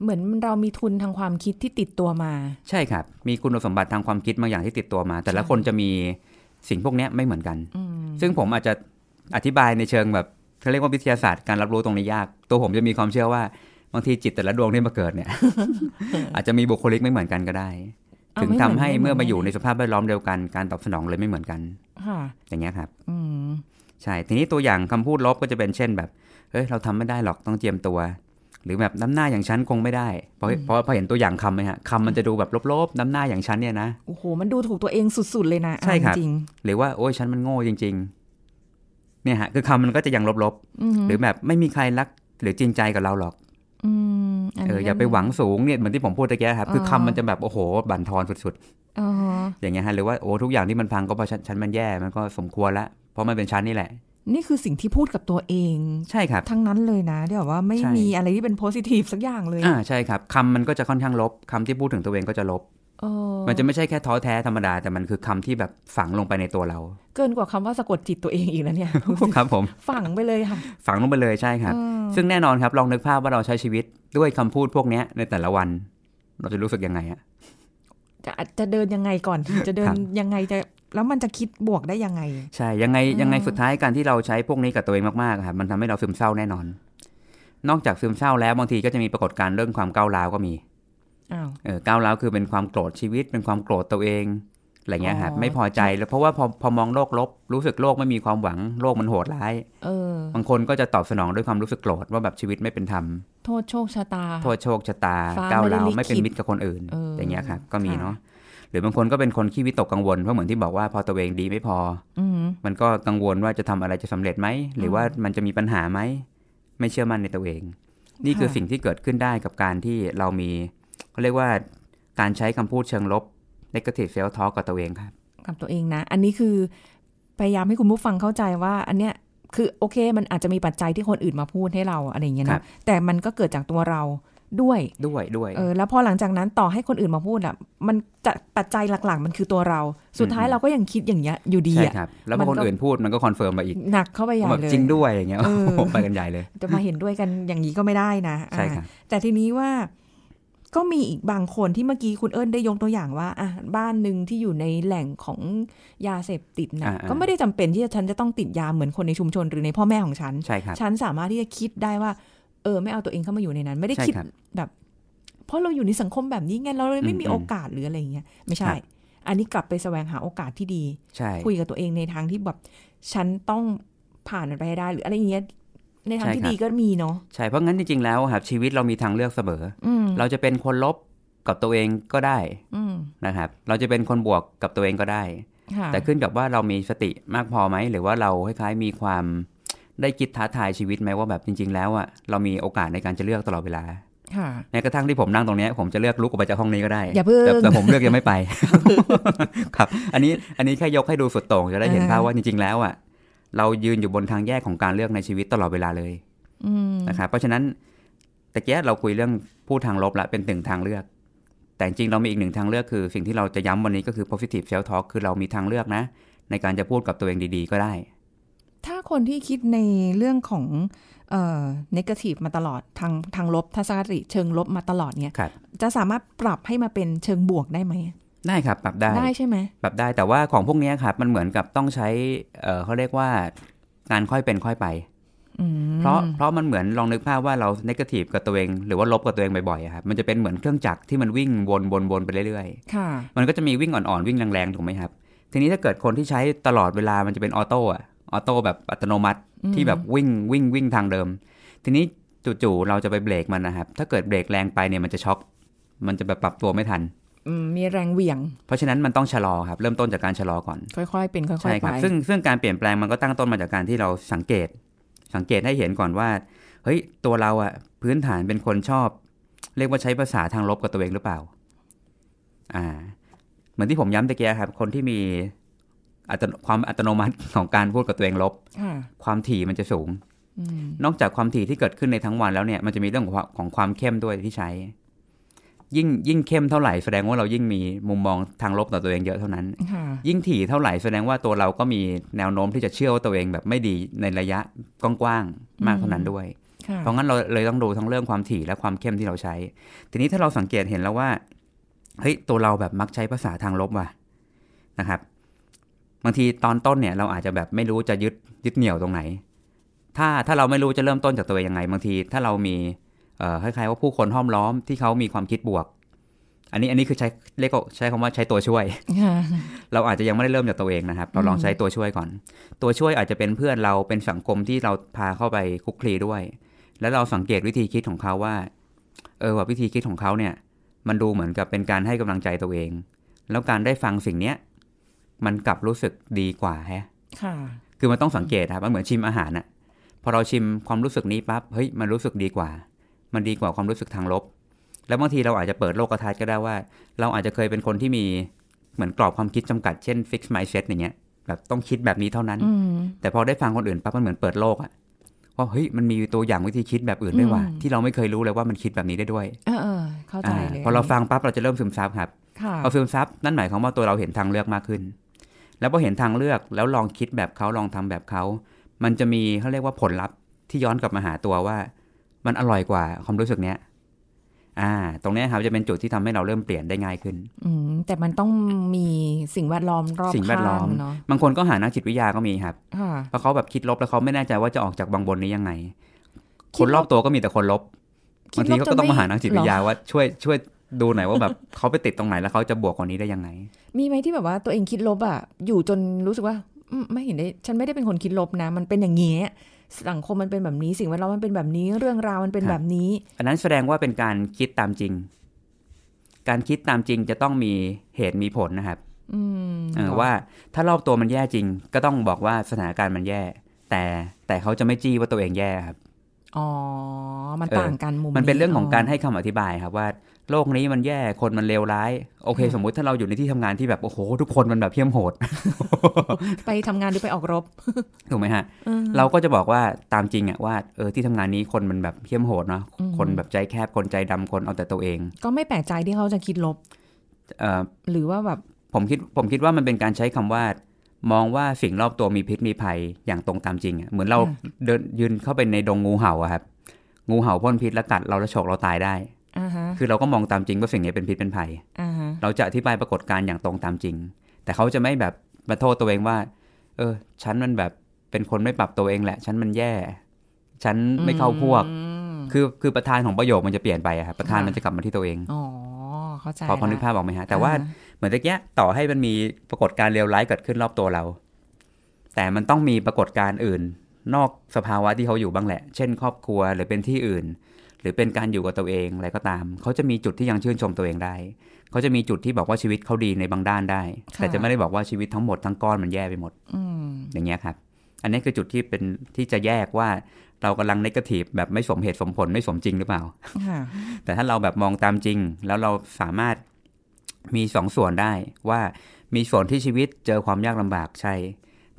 [SPEAKER 3] เหมือนเรามีทุนทางความคิดที่ติดตัวมา
[SPEAKER 2] ใช่ครับ มีคุณสมบัติทางความคิดบางอย่างที่ติดตัวมา แต่ละ
[SPEAKER 3] ใช่
[SPEAKER 2] คนจะมีสิ่งพวกเนี้ยไม่เหมือนกัน
[SPEAKER 3] อืม
[SPEAKER 2] ซึ่งผมอาจจะอธิบายในเชิงแบบเขาเรียกว่าวิทยาศาสตร์การรับรู้ตรงนี้ยาก ตัวผมจะมีความเชื่อว่าบางทีจิตแต่ละดวงที่มาเกิด เนี่ย อาจจะมีบุคลิกไม่เหมือนกันก็ได้
[SPEAKER 3] เอา
[SPEAKER 2] ถึง
[SPEAKER 3] ไ
[SPEAKER 2] ทำให้เมื่อ
[SPEAKER 3] ไ
[SPEAKER 2] มาอยู่ในสภาพแวดล้อมเดียวกันการตอบสนองเลยไม่เหมือนกัน
[SPEAKER 3] ค่ะ
[SPEAKER 2] อย่างเงี้ยครับ
[SPEAKER 3] อืม
[SPEAKER 2] ใช่ ทีนี้ตัวอย่างคำพูดลบก็จะเป็นเช่นแบบ เฮ้ย เราทำไม่ได้หรอกต้องเจียมตัว หรือแบบน้ำหน้าอย่างฉันคงไม่ได้เพราะเพราะเพราะเห็นตัวอย่างคำไหมฮะคำมันจะดูแบบลบๆ น้ำหน้าอย่างฉันเนี่ยนะ
[SPEAKER 3] โอ้โห มันดูถูกตัวเองสุด ๆ เลยนะ
[SPEAKER 2] ใช่ครับ
[SPEAKER 3] เอาจริง
[SPEAKER 2] หรือว่าโอ้ยฉันมันโง่จริง ๆ เนี่ยฮะคือคำมันก็จะยังลบๆ
[SPEAKER 3] ๆอืม
[SPEAKER 2] หรือแบบไม่มีใครรักหรือจริงใจกับเราหรอก
[SPEAKER 3] อืมน
[SPEAKER 2] เออ
[SPEAKER 3] นี้
[SPEAKER 2] อย่าไป
[SPEAKER 3] มัน
[SPEAKER 2] หวังสูงเนี่ยเหมือนที่ผมพูดตะแกครับ คือ
[SPEAKER 3] เออ
[SPEAKER 2] คำมันจะแบบโอ้โห บั่นทอนสุด
[SPEAKER 3] อ๋อ
[SPEAKER 2] ๆ อย่างเงี้ยฮะหรือว่าโอ้ทุกอย่างที่มันพังก็เพราะฉันฉันมันแย่มันก็สมควรละเพราะมันเป็นชั้นนี่แหละ
[SPEAKER 3] นี่คือสิ่งที่พูดกับตัวเอง
[SPEAKER 2] ใช่ครับ
[SPEAKER 3] ทั้งนั้นเลยนะเดี๋ยวว่าไม่
[SPEAKER 2] ใช่
[SPEAKER 3] มีอะไรที่เป็นโพสิทีฟสักอย่างเลย
[SPEAKER 2] อ่าใช่ครับคำมันก็จะค่อนข้างลบคำที่พูดถึงตัวเองก็จะลบ
[SPEAKER 3] เออ
[SPEAKER 2] มันจะไม่ใช่แค่ท้อแท้ธรรมดา แต่มันคือคำที่แบบฝังลงไปในตัว เรา
[SPEAKER 3] เกินกว่าคำว่าสะกดจิตตัวเองอีกแล้ วเนี่ย
[SPEAKER 2] ครับผม
[SPEAKER 3] ฝังไปเลยค่ะ
[SPEAKER 2] ฝังลงไปเลยใช่ครับ
[SPEAKER 3] เออ
[SPEAKER 2] ซึ่งแน่นอนครับลองนึกภาพว่าเราใช้ชีวิตด้วยคำพูดพวกเนี้ยในแต่ละวัน เราจะรู้สึกยังไงอะ
[SPEAKER 3] จะจะเดินยังไงก่อน จะเดิ
[SPEAKER 2] คน รับ
[SPEAKER 3] ยังไงจะแล้วมันจะคิดบวกได้ยังไง
[SPEAKER 2] ใช่ยังไง
[SPEAKER 3] อืม
[SPEAKER 2] ยังไงสุดท้ายการที่เราใช้พวกนี้กับตัวเองมากๆอะครับมันทำให้เราซึมเศร้าแน่นอน นอกจากซึมเศร้าแล้วบางทีก็จะมีปรากฏการณ์เรื่องความก้าวร้าวก็มี
[SPEAKER 3] อ้าว
[SPEAKER 2] เออก้าวร้าวคือเป็นความโกรธชีวิต เป็นความโกรธตัวเองอะไรเงี้ยครับ
[SPEAKER 3] อ๋อ
[SPEAKER 2] ไม่พอใจแล้วเพราะว่าพอพอมองโลกลบ รู้สึกโลกไม่มีความหวังโลกมันโหดร้าย
[SPEAKER 3] เออ
[SPEAKER 2] บางคนก็จะตอบสนองด้วยความรู้สึกโกรธว่าแบบชีวิตไม่เป็นธรรม
[SPEAKER 3] โทษโชคชะตา
[SPEAKER 2] โทษโชคชะตา
[SPEAKER 3] ฟ้า
[SPEAKER 2] ก้าว
[SPEAKER 3] ไม่ได้
[SPEAKER 2] ร้าว
[SPEAKER 3] ลิขิต
[SPEAKER 2] ไม่เป็นมิตรกับคนอื่น
[SPEAKER 3] เอออ
[SPEAKER 2] อย่างเงี้ยครับก็มี
[SPEAKER 3] ค่ะ
[SPEAKER 2] เนาะหรือบางคนก็เป็นคนขี้วิตกกังวลเพราะเหมือนที่บอกว่าพอตัวเองดีไม่พอ
[SPEAKER 3] อืม
[SPEAKER 2] มันก็กังวลว่าจะทำอะไรจะสำเร็จไหม หรือว่า
[SPEAKER 3] อืม
[SPEAKER 2] มันจะมีปัญหาไหม ไม่เชื่อมั่นในตัวเอง นี่คือ
[SPEAKER 3] ค่ะ
[SPEAKER 2] สิ่งที่เกิดขึ้นได้กับการที่เรามีเขาเรียกว่าการใช้คำพูดเชิงลบ negative self talk กับตัวเองครับ
[SPEAKER 3] กับตัวเองนะ อันนี้คือพยายามให้คุณผู้ฟังเข้าใจว่า อันเนี้ยคือโอเค มันอาจจะมีปัจจัยที่คนอื่นมาพูดให้เราอะไรอย่างเงี้ย
[SPEAKER 2] ครั
[SPEAKER 3] นะ
[SPEAKER 2] บ
[SPEAKER 3] แต่มันก็เกิดจากตัวเราด้วย
[SPEAKER 2] ด้วยด้วย
[SPEAKER 3] เออแล้วพอหลังจากนั้นต่อให้คนอื่นมาพูดอ่ะ มันจะปัจจัยหลักๆ มันคือตัวเรา สุดท้าย
[SPEAKER 2] อืม
[SPEAKER 3] เราก็ยังคิดอย่างเงี้ยอยู่ดี
[SPEAKER 2] ใช่
[SPEAKER 3] อ่ะ
[SPEAKER 2] ครับ แล้ว
[SPEAKER 3] มั
[SPEAKER 2] พอนค
[SPEAKER 3] ก็
[SPEAKER 2] นอื่นพูดมันก็คอนเฟิร์มมาอีก
[SPEAKER 3] หนักเข้าไปใหญ่
[SPEAKER 2] แบบ
[SPEAKER 3] เลย
[SPEAKER 2] จริงด้วยอย่างเงี้ย
[SPEAKER 3] เออ
[SPEAKER 2] โอ้โหไปกันใหญ่เลย
[SPEAKER 3] จะมาเห็นด้วยกันอย่างนี้ก็ไม่ได้นะอ่า
[SPEAKER 2] ใช่ครับ
[SPEAKER 3] แต่ทีนี้ว่าก็มีอีกบางคนที่เมื่อกี้คุณเอิญได้ยกตัวอย่างว่าอ่ะบ้านหนึ่งที่อยู่ในแหล่งของยาเสพติดนะ
[SPEAKER 2] อ่าๆ
[SPEAKER 3] ก็ไม่ได้จำเป็นที่ฉันจะต้องติดยาเหมือนคนในชุมชนหรือในพ่อแม่ของฉัน
[SPEAKER 2] ใช่ครับ
[SPEAKER 3] ฉันสามารถที่จะคิดได้ว่า เออ ไม่เอาตัวเองเข้ามาอยู่ในนั้น ไม่ได้
[SPEAKER 2] ใช่
[SPEAKER 3] คิด
[SPEAKER 2] ครับ
[SPEAKER 3] แบบ เพราะเราอยู่ในสังคมแบบนี้ไงเราเลยไม่มี
[SPEAKER 2] อืมอืม
[SPEAKER 3] โอกาสหรืออะไรอย่างเงี้ยไม่
[SPEAKER 2] ค
[SPEAKER 3] ใช่
[SPEAKER 2] รับ
[SPEAKER 3] อันนี้กลับไปแสวงหาโอกาสที่ดี
[SPEAKER 2] ใช่
[SPEAKER 3] คุยกับตัวเองในทางที่แบบ ฉันต้องผ่านมันไปให้ได้หรืออะไรอย่างเงี้ยในทางที่ดีก็มีเนาะ
[SPEAKER 2] ใช่เพราะงั้นจริงๆแล้วครับชีวิตเรามีทางเลือกเสมอ
[SPEAKER 3] อืม
[SPEAKER 2] เราจะเป็นคนลบกับตัวเองก็ได้
[SPEAKER 3] อืม
[SPEAKER 2] นะครับ เราจะเป็นคนบวกกับตัวเองก็ได้
[SPEAKER 3] ค่ะ
[SPEAKER 2] แต่ขึ้นกับว่าเรามีสติมากพอไหม หรือว่าเราคล้ายๆมีความ ได้คิดท้าทายชีวิตไหมว่าแบบจริง ๆ แล้วอ่ะเรามีโอกาสในการจะเลือกตลอดเวลา
[SPEAKER 3] ค่ะ
[SPEAKER 2] แม้กระทั่งที่ผมนั่งตรงเนี้ยผมจะเลือกลุกออกไปจากห้องนี้ก็ได้
[SPEAKER 3] อย่าเพิ่ง
[SPEAKER 2] แต่แต่ผมเลือกยังไม่ไป ครับ อันนี้อันนี้แค่ยกให้ดูสุดโต่งจะได้เห็น
[SPEAKER 3] อ่า
[SPEAKER 2] ภาพว่าจริง ๆ แล้วอ่ะเรายืนอยู่บนทางแยกของการเลือกในชีวิตตลอดเวลาเลย
[SPEAKER 3] อืม
[SPEAKER 2] นะครับเพราะฉะนั้นตะเกียเราคุยเรื่องพูดทางลบละเป็นหนึ่งทางเลือก แต่จริงๆเรามีอีกหนึ่งทางเลือกคือ สิ่งที่เราจะย้ำวันนี้ก็คือ positive self talk คือเรามีทางเลือกนะ ในการจะพูดกับตัวเองดีๆ ก็ได้
[SPEAKER 3] ถ้าคนที่คิดในเรื่องของเอ่อ negative มาตลอดทางทางลบทัศนคติเชิงลบมาตลอดเนี่ย
[SPEAKER 2] ครับ
[SPEAKER 3] จะสามารถปรับให้มาเป็นเชิงบวกได้ไหม
[SPEAKER 2] ได้ครับปรับได้
[SPEAKER 3] ใช่ไหม
[SPEAKER 2] ปรับได้แต่ว่าของพวกเนี้ยครับมันเหมือนกับต้องใช้เอ่อเขาเรียกว่าการค่อยเป็นค่อยไป
[SPEAKER 3] อืม
[SPEAKER 2] เพราะเพราะมันเหมือนลองนึกภาพว่าเราเนกาทีฟกับตัวเองหรือว่าลบกับตัวเองบ่อยๆอะครับมันจะเป็นเหมือนเครื่องจักรที่มันวิ่งวนวนวนไปเรื่อย
[SPEAKER 3] ค่ะ
[SPEAKER 2] ๆ มันก็จะมีวิ่งอ่อนๆวิ่งแรงๆถูกไหมครับ ทีนี้ถ้าเกิดคนที่ใช้ตลอดเวลามันจะเป็นออโต้อะออโต้แบบอัตโนมัติ
[SPEAKER 3] อืม
[SPEAKER 2] ที่แบบวิ่งวิ่งวิ่งทางเดิม ทีนี้จู่ๆเราจะไปเบรกมันนะครับถ้าเกิดเบรกแรงไปเนี่ยมันจะช็อกมันจะแบบปรับตัวไม่ทัน
[SPEAKER 3] อืมมีแรงเหวี่ยง
[SPEAKER 2] เพราะฉะนั้นมันต้องชะลอครับเริ่มต้นจากการชะลอก่อน
[SPEAKER 3] ค่อยๆ เป็นค่อยๆ
[SPEAKER 2] ใช่ค
[SPEAKER 3] ไป
[SPEAKER 2] รับซึ่งซึ่งการเปลี่ยนแปลงมันก็ตั้งต้นมาจากการที่เราสังเกต สังเกตให้เห็นก่อนว่า เฮ้ย ตัวเราอะพื้นฐานเป็นคนชอบ เรียกว่าใช้ภาษาทางลบกับตัวเองหรือเปล่า อ่า เหมือนที่ผมย้ำตะเกียครับ คนที่มีอัตโนความอัตโนมัติ ของการพูดกับตัวเองลบ
[SPEAKER 3] ค่ะ
[SPEAKER 2] ความถี่มันจะสูง
[SPEAKER 3] อืม
[SPEAKER 2] นอกจากความถี่ที่เกิดขึ้นในทั้งวันแล้วเนี่ยมันจะมีเรื่องของความของความเข้มด้วยที่ใช้ ยิ่งยิ่งเข้มเท่าไหร่แสดงว่าเรายิ่งมีมุมมองทางลบต่อตัวเองเยอะเท่านั้น
[SPEAKER 3] ค่ะ
[SPEAKER 2] ยิ่งถี่เท่าไหร่แสดงว่าตัวเราก็มีแนวโน้มที่จะเชื่อว่าตัวเองแบบไม่ดีในระยะกว้างๆมากเท่านั้นด้วย
[SPEAKER 3] ค่ะ
[SPEAKER 2] เพราะงั้นเราเลยต้องดูทั้งเรื่องความถี่และความเข้มที่เราใช้ ทีนี้ถ้าเราสังเกตเห็นแล้วว่าเฮ้ยตัวเราแบบมักใช้ภาษาทางลบว่ะนะครับ บางทีตอนต้นเนี่ยเราอาจจะแบบไม่รู้จะยึดยึดเหนี่ยวตรงไหน ถ้าถ้าเราไม่รู้จะเริ่มต้นจากตัวเองยังไง บางทีถ้าเรามีเอ่อคล้ายๆว่าผู้คนห้อมล้อมที่เขามีความคิดบวก อันนี้อันนี้คือใช้เรียกว่าใช้คำว่าใช้ตัวช่วย
[SPEAKER 3] ค่ะ
[SPEAKER 2] เราอาจจะยังไม่ได้เริ่มจากตัวเองนะครับ เราลองใช้ตัวช่วยก่อน ตัวช่วยอาจจะเป็นเพื่อนเราเป็นสังคมที่เราพาเข้าไปคลุกคลีด้วย แล้วเราสังเกตวิธีคิดของเขาว่า เออว่าวิธีคิดของเขาเนี่ย มันดูเหมือนกับเป็นการให้กำลังใจตัวเอง แล้วการได้ฟังสิ่งเนี้ยมันกลับรู้สึกดีกว่าแฮะ
[SPEAKER 3] ค่ะ
[SPEAKER 2] คือมันต้องสังเกตนะครับมันเหมือนชิมอาหารอะพอเราชิมความรู้สึกนี้ปั๊บเฮ้ยมันรู้สึกดีกว่า มันดีกว่าความรู้สึกทางลบ แล้วบางทีเราอาจจะเปิดโลกทัศน์ก็ได้ว่า เราอาจจะเคยเป็นคนที่มีเหมือนกรอบความคิดจำกัดเช่น fix mindset อย่างเงี้ยแบบต้องคิดแบบนี้เท่านั้น
[SPEAKER 3] อืม
[SPEAKER 2] แต่พอได้ฟังคนอื่นปั๊บมันเหมือนเปิดโลกอะว่าเฮ้ยมันมีตัวอย่างวิธีคิดแบบอื่นด้วยว่ะ
[SPEAKER 3] อืม
[SPEAKER 2] ที่เราไม่เคยรู้เลยว่ามันคิดแบบนี้ได้ด้วย
[SPEAKER 3] เออเออเข้าใจ
[SPEAKER 2] อา
[SPEAKER 3] เลย
[SPEAKER 2] พอเราฟังปั๊บเราจะเริ่มซึมซับครับ
[SPEAKER 3] ค่ะ
[SPEAKER 2] พอซึมซับนั่นหมายความว่าตัวเราเห็นทางเลือกมากขึ้น แล้วพอเห็นทางเลือกแล้วลองคิดแบบเขาลองทำแบบเขา มันจะมีเขาเรียกว่าผลลัพธ์ที่ย้อนกลับมาหาตัวว่า มันอร่อยกว่าความรู้สึกเนี้ย อ่า ตรงเนี้ยครับจะเป็นจุดที่ทำให้เราเริ่มเปลี่ยนได้ง่ายขึ้น
[SPEAKER 3] อืมแต่มันต้องมีสิ่งแวดล้อมรอบ
[SPEAKER 2] สิ่งแวดล้อม
[SPEAKER 3] ข้างเนาะ
[SPEAKER 2] บางคนก็หานักจิตวิทยาก็มีครับ
[SPEAKER 3] ค่ะ
[SPEAKER 2] เพราะเขาแบบคิดลบแล้วเขาไม่แน่ใจว่าจะออกจากบางบนนี้ยังไง
[SPEAKER 3] คิ
[SPEAKER 2] ค
[SPEAKER 3] ดลบ
[SPEAKER 2] นรอบตัวก็มีแต่คนลบ
[SPEAKER 3] คิ
[SPEAKER 2] บาง
[SPEAKER 3] ดล
[SPEAKER 2] ทีเขาก็ต้องมาหานักจิตวิทยา
[SPEAKER 3] เหรอ
[SPEAKER 2] ว่าช่วยช่วยดูหน่อยว่าแบบ เขาไปติดตรงไหนแล้วเขาจะบวกกว่านี้ได้ยังไง
[SPEAKER 3] มีไหมที่แบบว่าตัวเองคิดลบอ่ะอยู่จนรู้สึกว่าอืมไม่เห็นได้ ฉันไม่ได้เป็นคนคิดลบนะ มันเป็นอย่างเงี้ยสังคมมันเป็นแบบนี้สิ่งแวดล้อมมันเป็นแบบนี้เรื่องราวมันเป็น
[SPEAKER 2] ครับ
[SPEAKER 3] แบบนี้
[SPEAKER 2] อันนั้นแสดงว่าเป็นการคิดตามจริง การคิดตามจริงจะต้องมีเหตุมีผลนะครับ
[SPEAKER 3] อืม
[SPEAKER 2] เออว่าถ้ารอบตัวมันแย่จริง ก็ต้องบอกว่าสถานการณ์มันแย่ แต่แต่เขาจะไม่จี้ว่าตัวเองแย่ครับ
[SPEAKER 3] อ๋อ มัน
[SPEAKER 2] เออ
[SPEAKER 3] ต่างกันมุม
[SPEAKER 2] มันเป็นเรื่องของการให้คำอธิบายครับว่า โลกนี้มันแย่คนมันเลวร้าย โอเค สมมุติถ้าเราอยู่ในที่ทำงานที่แบบโอ้โห ทุกคนมันแบบเพี้ยมโหด
[SPEAKER 3] ไปทำงานหรือไปออกรบ
[SPEAKER 2] ถูกไหมฮะ
[SPEAKER 3] อืม
[SPEAKER 2] เราก็จะบอกว่าตามจริงอะว่าเออที่ทำงานนี้คนมันแบบเพี้ยมโหดเนาะคนแบบใจแคบคนใจดำคนเอาแต่ตัวเอง
[SPEAKER 3] ก็ไม่แปลกใจที่เขาจะคิดลบ
[SPEAKER 2] เอ่อ
[SPEAKER 3] หรือว่าแบบ
[SPEAKER 2] ผมคิดผมคิดว่ามันเป็นการใช้คำว่า มองว่าสิ่งรอบตัวมีพิษมีภัยอย่างตรงตามจริงอะเหมือนเราเดินยืนเข้าไปในดงงูเห่าอะครับ งูเห่าพ่นพิษแล้วกัดเราแล้วฉกเราตายได้
[SPEAKER 3] อ่าฮะ
[SPEAKER 2] คือเราก็มองตามจริงว่าสิ่งนี้เป็นพิษเป็นภัย
[SPEAKER 3] อ่าฮะ
[SPEAKER 2] เราจะอธิบายปรากฏการณ์อย่างตรงตามจริง แต่เขาจะไม่แบบมาโทษตัวเองว่า เออ ฉันมันแบบเป็นคนไม่ปรับตัวเองแหละ ฉันมันแย่ ฉันไม่เข้าพวก
[SPEAKER 3] อืม
[SPEAKER 2] คือคือประธานของประโยคมันจะเปลี่ยนไปอะครับประธาน
[SPEAKER 3] ค่ะ
[SPEAKER 2] มันจะกลับมาที่ตัวเอง
[SPEAKER 3] อ๋อเข้าใจ
[SPEAKER 2] พอพอนึก
[SPEAKER 3] ละ
[SPEAKER 2] ภาพออกไหมฮะแต่ว่า
[SPEAKER 3] อ่าฮะ
[SPEAKER 2] เหมือนตะเกียต่อให้มันมีปรากฏการณ์เลวร้ายเกิดขึ้นรอบตัวเรา แต่มันต้องมีปรากฏการณ์อื่น นอกสภาวะที่เขาอยู่บ้างแหละ เช่น ครอบครัวหรือเป็นที่อื่น หรือเป็นการอยู่กับตัวเองอะไรก็ตาม เขาจะมีจุดที่ยังชื่นชมตัวเองได้ เขาจะมีจุดที่บอกว่าชีวิตเขาดีในบางด้านได้
[SPEAKER 3] ค่ะ
[SPEAKER 2] แต่จะไม่ได้บอกว่าชีวิตทั้งหมดทั้งก้อนมันแย่ไปหมด
[SPEAKER 3] อืม
[SPEAKER 2] อย่างเงี้ยครับ อันนี้คือจุดที่เป็นที่จะแยกว่าเรากำลังนกาทีฟแบบไม่สมเหตุสมผลไม่สมจริงหรือเปล่า
[SPEAKER 3] ค่ะ
[SPEAKER 2] แต่ถ้าเราแบบมองตามจริง แล้วเราสามารถมีสองส่วนได้ว่ามีส่วนที่ชีวิตเจอความยากลำบากใช่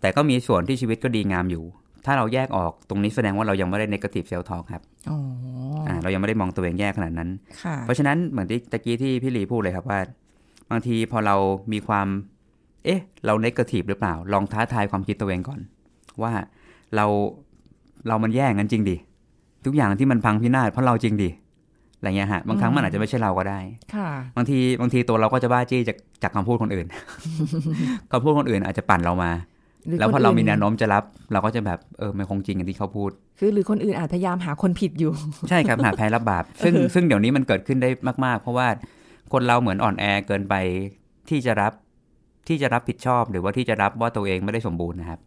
[SPEAKER 2] แต่ก็มีส่วนที่ชีวิตก็ดีงามอยู่ ถ้าเราแยกออกตรงนี้แสดงว่าเรายังไม่ได้ negative self talk ครับ
[SPEAKER 3] อ๋ออ
[SPEAKER 2] อ่าเรายังไม่ได้มองตัวเองแย่ขนาดนั้น
[SPEAKER 3] ค่ะ
[SPEAKER 2] เพราะฉะนั้นเหมือนที่ตะกี้ที่พี่ลีพูดเลยครับว่า บางทีพอเรามีความ เอ๊ะ เรา negative หรือเปล่า ลองท้าทายความคิดตัวเองก่อน ว่าเราเรามันแย่งั้นจริงดิทุกอย่างที่มันพังพินาศเพราะเราจริงดิอะไรเงี้ยฮะบางครั้งมันอาจจะไม่ใช่เราก็ได้
[SPEAKER 3] ค่ะ
[SPEAKER 2] บางที บางทีตัวเราก็จะบ้าจี้จากจากคำพูดคนอื่น คำพูดคนอื่นอาจจะปั่นเรามา
[SPEAKER 3] หรือ
[SPEAKER 2] แล้วพ
[SPEAKER 3] ค
[SPEAKER 2] อน เรา
[SPEAKER 3] อื่น
[SPEAKER 2] มีแนวโน้มจะรับ เราก็จะแบบเออมันคงจริงอย่างที่เขาพูด
[SPEAKER 3] คือหรือคนอื่นอาจพยายามหาคนผิดอยู่
[SPEAKER 2] ใช่ครับหาแพ้รับบาปซึ่ง
[SPEAKER 3] เออ
[SPEAKER 2] ซึ่งเดี๋ยวนี้มันเกิดขึ้นได้มากๆ เพราะว่าคนเราเหมือนอ่อนแอเกินไปที่จะรับที่จะรับผิดชอบ หรือว่าที่จะรับว่าตัวเองไม่ได้สมบูรณ์นะครับ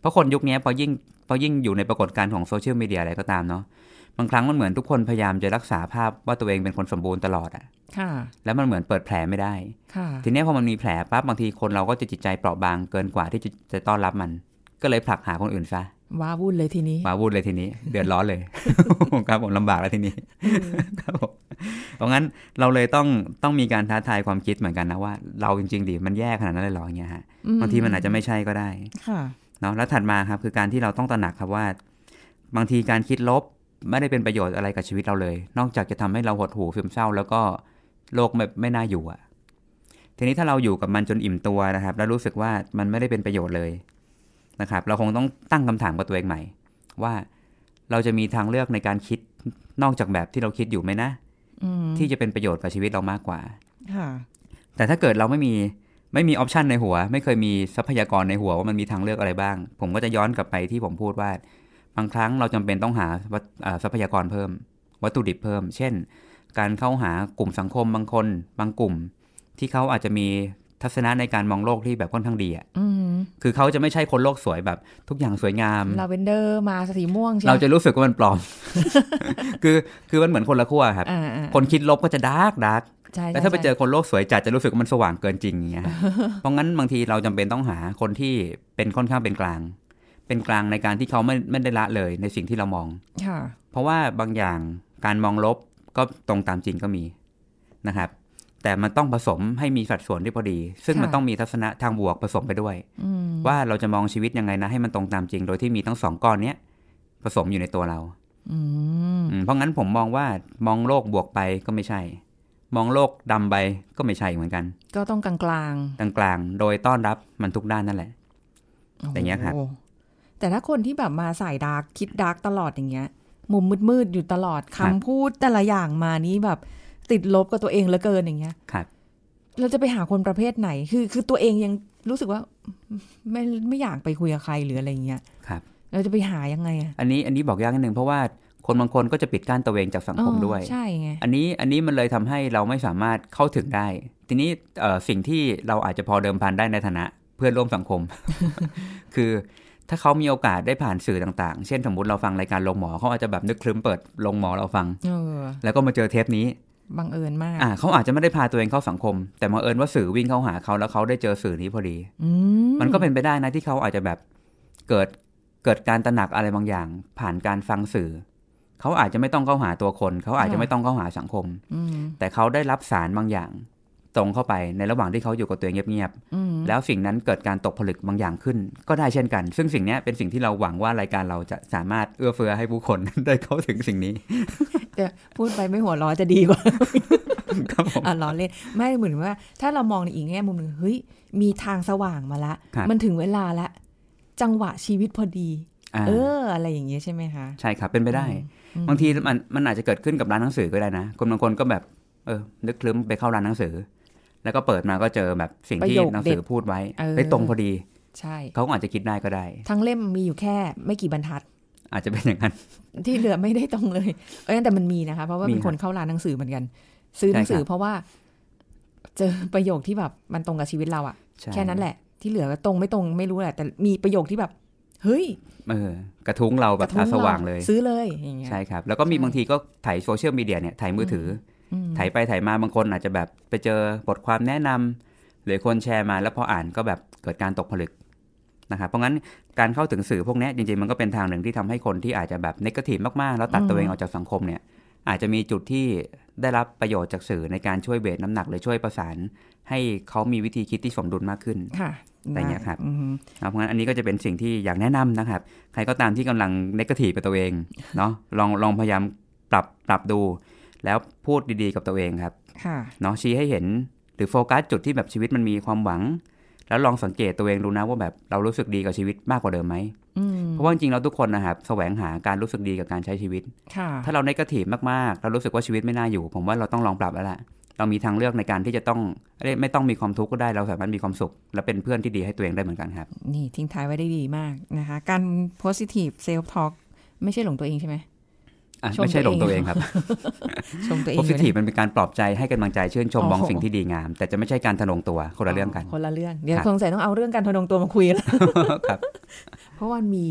[SPEAKER 2] เพราะคนยุคนี้พอยิ่งพอยิ่งอยู่ในปรากฏการณ์ของโซเชียลมีเดียอะไรก็ตามเนาะบางครั้งมันเหมือนทุกคนพยายามจะรักษาภาพว่าตัวเองเป็นคนสมบูรณ์ตลอดอะ
[SPEAKER 3] ค่ะ
[SPEAKER 2] แล้วมันเหมือนเปิดแผลไม่ได้
[SPEAKER 3] ค่ะ
[SPEAKER 2] ทีเนี้ยพอมันมีแผลปั๊บบางทีคนเราก็จะจิตใจเปราะบางเกินกว่าที่จะจะต้อนรับมัน ก็เลยผลักหาคนอื่นซะ
[SPEAKER 3] ว้าวุ่นเลยทีนี้
[SPEAKER 2] ห มาวุ่นเลยทีนี้ เดือดร้อนเลย ครับผมลำบากแล้วทีนี้ ครับผมเพราะงั้นเราเลยต้องต้องมีการท้าทายความคิดเหมือนกันนะว่า เราจริงๆดิมันแย่ขนาดนั้นเลยเหรออย่างเงี้ยฮะ
[SPEAKER 3] อืม
[SPEAKER 2] บางทีมันอาจจะไม่ใช่ก็ได้
[SPEAKER 3] ค่ะ
[SPEAKER 2] เนาะแล้วถัดมาครับคือการที่เราต้องตระหนักครับว่า บางทีการคิดลบไม่ได้เป็นประโยชน์อะไรกับชีวิตเราเลย นอกจากจะทำให้เราหดหู่ซึมเศร้า แล้วก็โลกไม่ไม่น่าอยู่อะทีนี้ถ้าเราอยู่กับมันจนอิ่มตัวนะครับ แล้วรู้สึกว่ามันไม่ได้เป็นประโยชน์เลยนะครับ เราคงต้องตั้งคำถามกับตัวเองใหม่ ว่าเราจะมีทางเลือกในการคิดนอกจากแบบที่เราคิดอยู่ไหมนะ
[SPEAKER 3] อืม
[SPEAKER 2] ที่จะเป็นประโยชน์กับชีวิตเรามากกว่า
[SPEAKER 3] ค่ะ
[SPEAKER 2] แต่ถ้าเกิดเราไม่มีไม่มีออปชันในหัว ไม่เคยมีทรัพยากรในหัวว่ามันมีทางเลือกอะไรบ้าง ผมก็จะย้อนกลับไปที่ผมพูดว่า บางครั้งเราจำเป็นต้องหาวัตเอ่อทรัพยากรเพิ่ม วัตถุดิบเพิ่ม เช่น การเข้าหากลุ่มสังคมบางคน บางกลุ่ม ที่เขาอาจจะมีทัศนะในการมองโลกที่แบบค่อนข้างดีอะ
[SPEAKER 3] อืม
[SPEAKER 2] คือเขาจะไม่ใช่คนโลกสวยแบบ ทุกอย่างสวยงาม
[SPEAKER 3] ลาเวนเดอร์มาสีม่วงใช่ไหม
[SPEAKER 2] เราจะรู้สึกว่ามันปล อม คือคือมันเหมือนคนละขั้วครับ
[SPEAKER 3] อ่าอ่า
[SPEAKER 2] คนคิดลบก็จะดาร์กดาร์ก
[SPEAKER 3] ใช่
[SPEAKER 2] แต่ถ้าไปเจ
[SPEAKER 3] ใช่
[SPEAKER 2] อคนโลกสวยจัดจะรู้สึกว่ามันสว่างเกินจริงอย่างเงี้ยฮะ เพราะงั้นบางทีเราจำเป็นต้องหาคนที่เป็นค่อนข้างเป็นกลาง เป็นกลางในการที่เขาไม่ไม่ได้ละเลยในสิ่งที่เรามอง
[SPEAKER 3] ค่ะ
[SPEAKER 2] เพราะว่าบางอย่างการมองลบก็ตรงตามจริงก็มีนะครับ แต่มันต้องผสมให้มีสัดส่วนที่พอดี ซึ่งมัน
[SPEAKER 3] ค่ะ
[SPEAKER 2] ต้องมีทัศนะทางบวกผสมไปด้วย
[SPEAKER 3] อืม
[SPEAKER 2] ว่าเราจะมองชีวิตยังไงนะให้มันตรงตามจริง โดยที่มีทั้งสองก้อนเนี้ยผสมอยู่ในตัวเรา
[SPEAKER 3] อืม
[SPEAKER 2] อืมเพราะงั้นผมมองว่ามองโลกบวกไปก็ไม่ใช่ มองโลกดำไปก็ไม่ใช่เหมือนกัน
[SPEAKER 3] ก็ต้องกลาง
[SPEAKER 2] กลางๆโดยต้อนรับมันทุกด้านนั่นแหละ
[SPEAKER 3] ๆโโห
[SPEAKER 2] อย่างเงี้ยครับ
[SPEAKER 3] แต่ถ้าคนที่แบบมาสายดาร์กคิดดาร์กตลอดอย่างเงี้ย มุมมืดๆอยู่ตลอดคำพูดแต่ละอย่างมานี้แบบติดลบกับตัวเองเหลือเกินอย่างเงี้ย
[SPEAKER 2] ครับ
[SPEAKER 3] เราจะไปหาคนประเภทไหน คือคือตัวเองยังรู้สึกว่า ไม่ไม่อยากไปคุยกับใครหรืออะไรเงี้ย
[SPEAKER 2] ครับ
[SPEAKER 3] เราจะไปหายังไงอะ
[SPEAKER 2] อันนี้อันนี้บอกยากนิดนึงเพราะว่าคนบางคนก็จะปิดกั้นตัวเองจากสังคม
[SPEAKER 3] เออ
[SPEAKER 2] ด้วย
[SPEAKER 3] ใช่ไง
[SPEAKER 2] อันนี้อันนี้มันเลยทำให้เราไม่สามารถเข้าถึงได้ ทีนี้เอ่อสิ่งที่เราอาจจะพอเดิมพันได้ในฐานะเพื่อนร่วมสังคม คือถ้าเขามีโอกาสได้ผ่านสื่อต่างๆ เช่นสมมติเราฟังรายการลงหมอเขาอาจจะแบบนึกครึ้มเปิดลงหมอเราฟัง
[SPEAKER 3] เออ
[SPEAKER 2] แล้วก็มาเจอเทปนี้
[SPEAKER 3] บังเอิญมาก
[SPEAKER 2] อ่าเขาอาจจะไม่ได้พาตัวเองเข้าสังคม แต่มาเอิญว่าสื่อวิ่งเข้าหาเขาแล้วเขาได้เจอสื่อนี้พอดี
[SPEAKER 3] อื
[SPEAKER 2] มันก็เป็นไปได้นะที่เขาอาจจะแบบเกิดเกิดการตระหนักอะไรบางอย่าง ผ่านการฟังสื่อ เขาอาจจะไม่ต้องเข้าหาตัวคน เขาอาจจะไม่ต้องเข้าหาสังคม
[SPEAKER 3] อืม
[SPEAKER 2] แต่เขาได้รับสารบางอย่าง ตรงเข้าไปในระหว่างที่เขาอยู่กับตัวเองเงียบ
[SPEAKER 3] อืม
[SPEAKER 2] ๆแล้วสิ่งนั้นเกิดการตกผลึกบางอย่างขึ้น ก็ได้เช่นกัน ซึ่งสิ่งเนี้ยเป็นสิ่งที่เราหวังว่ารายการเราจะสามารถเอื้อเฟื้อให้ผู้คน ได้เข้าถึงสิ่งนี้
[SPEAKER 3] แต่พูดไปไม่หัวเร้อจะดีกว่า
[SPEAKER 2] ครับผม
[SPEAKER 3] อ่ะล้อเล่นไม่เหมือนว่า ถ้าเรามองในอีกแง่มุมหนึ่งเฮ้ยมีทางสว่างมาละ
[SPEAKER 2] ครับ
[SPEAKER 3] มันถึงเวลาละ จังหวะชีวิตพอดี
[SPEAKER 2] อ่า
[SPEAKER 3] เออ อะไรอย่างเงี้ยใช่ไหมคะ
[SPEAKER 2] ใช่ครับเป็นไปได้
[SPEAKER 3] อืม
[SPEAKER 2] บางทีมันมันอาจจะเกิดขึ้นกับร้านหนังสือก็ได้นะ คนบางคนก็แบบ เออ นึกคลึ้มไปเข้าร้านหนังสือ แล้วก็เปิดมาก็เจอแบบสิ่งที่หนังสือพูดไว้
[SPEAKER 3] เออ
[SPEAKER 2] ได้ตรงพอดี
[SPEAKER 3] ใช่
[SPEAKER 2] เขาก็อาจจะคิดได้ก็ได้
[SPEAKER 3] ทั้งเล่มมีอยู่แค่ ไม่กี่บรรทัด
[SPEAKER 2] อาจจะเป็นอย่างนั้น
[SPEAKER 3] ที่เหลือไม่ได้ตรงเลยเอ้ยแต่มันมีนะคะ เพราะว่า
[SPEAKER 2] มี
[SPEAKER 3] มีคนเข้าร้านหนังสือเหมือนกัน ซื้อหนังสือ
[SPEAKER 2] ใช่ครับ
[SPEAKER 3] เพราะว่า เจอประโยคที่แบบมันตรงกับชีวิตเราอะ
[SPEAKER 2] ใช่
[SPEAKER 3] แค่นั้นแหละ ที่เหลือก็ตรงไม่ตรงไม่รู้แหละ แต่มีประโยคที่แบบ เฮ้ย
[SPEAKER 2] เออ กระทุ้งเราแบบ
[SPEAKER 3] กระทุ้
[SPEAKER 2] ตาง สว่าง
[SPEAKER 3] เร
[SPEAKER 2] เลย
[SPEAKER 3] ซื้อเลยอย่างเงี้ย
[SPEAKER 2] ใช่ครับ แล้วก็มี
[SPEAKER 3] ใช่
[SPEAKER 2] บางทีก็ถ่ายโซเชียลมีเดียเนี่ยถ่ายมือถือ
[SPEAKER 3] อืม
[SPEAKER 2] อถ่ายไปถ่ายมาบางคนอาจจะแบบไปเจอบทความแนะนำหรือคนแชร์มาแล้วพออ่านก็แบบเกิดการตกผลึกนะครับเพราะงั้นการเข้าถึงสื่อพวกเนี้ยจริงๆมันก็เป็นทางหนึ่งที่ทำให้คนที่อาจจะแบบนกาทีฟมากๆ แล้วตัดตัวเองออกจากสังคมเนี่ย อาจจะมีจุดที่ได้รับประโยชน์จากสื่อในการช่วยเบรน้ำหนักหรือช่วยประสาน ให้เขามีวิธีคิดที่สมดุลมากขึ้น
[SPEAKER 3] ค่ะ
[SPEAKER 2] อะไรเงี้ยครับ
[SPEAKER 3] อืม
[SPEAKER 2] นะครับเพราะงั้นอันนี้ก็จะเป็นสิ่งที่อยากแนะนำนะครับ ใครก็ตามที่กำลังเนกาทีฟกับตัวเองเนาะลองลองพยายามปรับปรับดู แล้วพูดดีๆกับตัวเองครับ
[SPEAKER 3] ค่ะ
[SPEAKER 2] เนาะชี้ให้เห็นหรือโฟกัสจุดที่แบบชีวิตมันมีความหวัง แล้วลองสังเกตตัวเองดูนะว่าแบบเรารู้สึกดีกับชีวิตมากกว่าเดิมไหม
[SPEAKER 3] อืม
[SPEAKER 2] เพราะว่าจริงๆเราทุกคนนะครับแสวงหาการรู้สึกดีกับการใช้ชีวิต
[SPEAKER 3] ค่ะ
[SPEAKER 2] ถ้าเราเนกาทีฟมากๆ เรารู้สึกว่าชีวิตไม่น่าอยู่ ผมว่าเราต้องลองปรับแล้วล่ะ เรามีทางเลือกในการที่จะต้องเอ้ยไม่ต้องมีความทุกข์ก็ได้เราสามารถมีความสุข และเป็นเพื่อนที่ดีให้ตัวเองได้เหมือนกันครับ
[SPEAKER 3] นี่ทิ้งท้ายไว้ได้ดีมากนะคะ การ positive self talk ไม่ใช่หลงตัวเองใช่ไหม
[SPEAKER 2] อ่ะ
[SPEAKER 3] ชม
[SPEAKER 2] ไม่ใช่หลง
[SPEAKER 3] ตั
[SPEAKER 2] ตัว ว
[SPEAKER 3] เอ
[SPEAKER 2] เอง งครับ
[SPEAKER 3] ชมตัวเองอยู่นะ
[SPEAKER 2] positive มันเป็นการปลอบใจให้กำลังใจชื่นชม
[SPEAKER 3] โอ้โห
[SPEAKER 2] มองสิ่งที่ดีงาม แต่จะไม่ใช่การทะนงตัวคนละเรื่องกัน
[SPEAKER 3] คนละเรื่อง เดี๋ยว
[SPEAKER 2] ครับ
[SPEAKER 3] สงสัยต้องเอาเรื่องการทนงตัวมาคุยแล้ว
[SPEAKER 2] ครับ
[SPEAKER 3] เพราะว่ามี